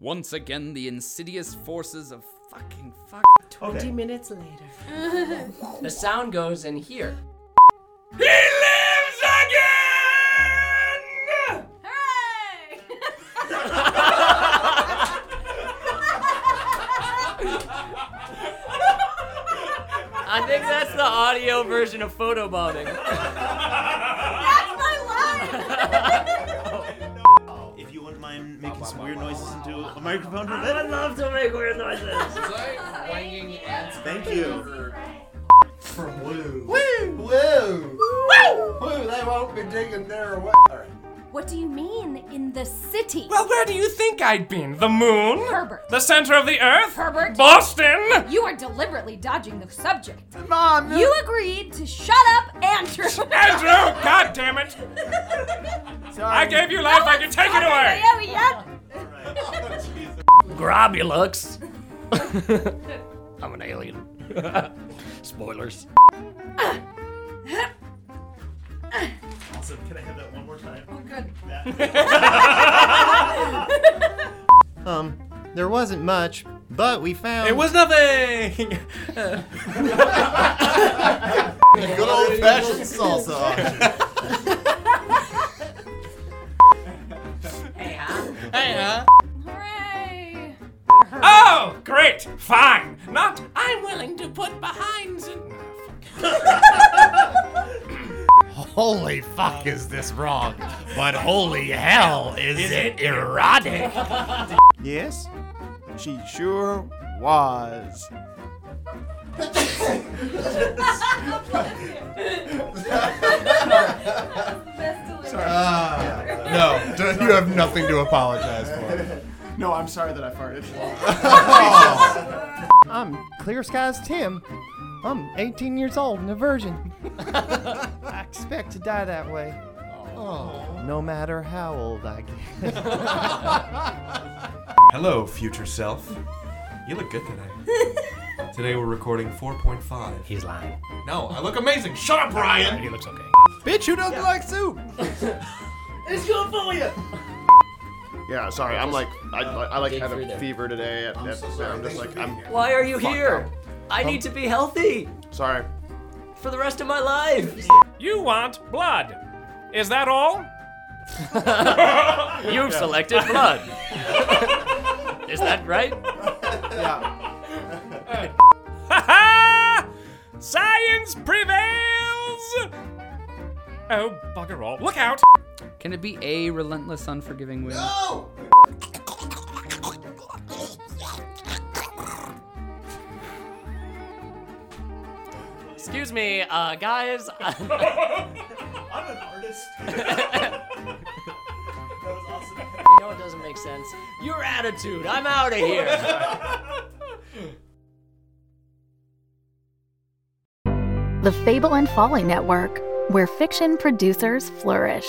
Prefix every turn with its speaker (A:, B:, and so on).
A: Once again, the insidious forces of fucking fuck.
B: 20 minutes later.
C: The sound goes in here.
A: He lives again!
C: I think that's the audio version of photobombing.
B: If you wouldn't mind making some weird noises into a microphone for a bit.
C: love to make weird noises.
B: Thank you. From Woo. Woo! Woo! Woo! They won't be digging their way.
D: What do you mean in the city?
E: Well, Oh, where do you think I'd been? The moon?
D: Herbert.
E: The center of the earth?
D: Herbert.
E: Boston?
D: you are deliberately dodging the subject.
B: Mom,
D: You agreed to shut up, Andrew.
E: Andrew! God damn it! I gave you life, I can take it away!
D: Yeah, we had-
C: Grobby looks. I'm an alien. Spoilers.
B: Awesome. Can I have that one more time?
D: Good.
B: Um, there wasn't much, but we found.
E: It was nothing!
B: good old fashioned salsa.
D: Hooray.
E: oh, great! Fine! Not, I'm willing to put behind.
F: Holy fuck is this wrong, but holy hell is, it erotic.
B: yes, she sure was.
F: no, d- you have nothing to apologize for.
B: No, I'm sorry that I farted.
G: I'm Clear Skies Tim. I'm 18 years old and a virgin. I expect to die that way. Oh, no matter how old I get.
H: Hello, future self. You look good today. today we're recording 4.5.
C: He's lying.
H: No, I look amazing. Shut up, Ryan.
C: He looks okay.
F: Bitch, who doesn't like soup?
B: it's good for you. Yeah, sorry. I'm like, I, I like
C: Dig
B: had
C: through
B: a
C: there.
B: fever today. At, I'm, I'm just like, I'm
C: Why are you here? I need to be healthy
B: sorry.
C: for the rest of my life.
E: You want blood. Is that all?
C: You've selected blood. Is that right?
E: Ha ha! Science prevails! Oh, bugger all. Look out!
A: Can it be a relentless, unforgiving wind?
C: Excuse me, uh, guys.
B: I'm an artist.
C: You know it doesn't make sense. Your attitude. I'm out of here.
I: The Fable and Folly Network, where fiction producers flourish.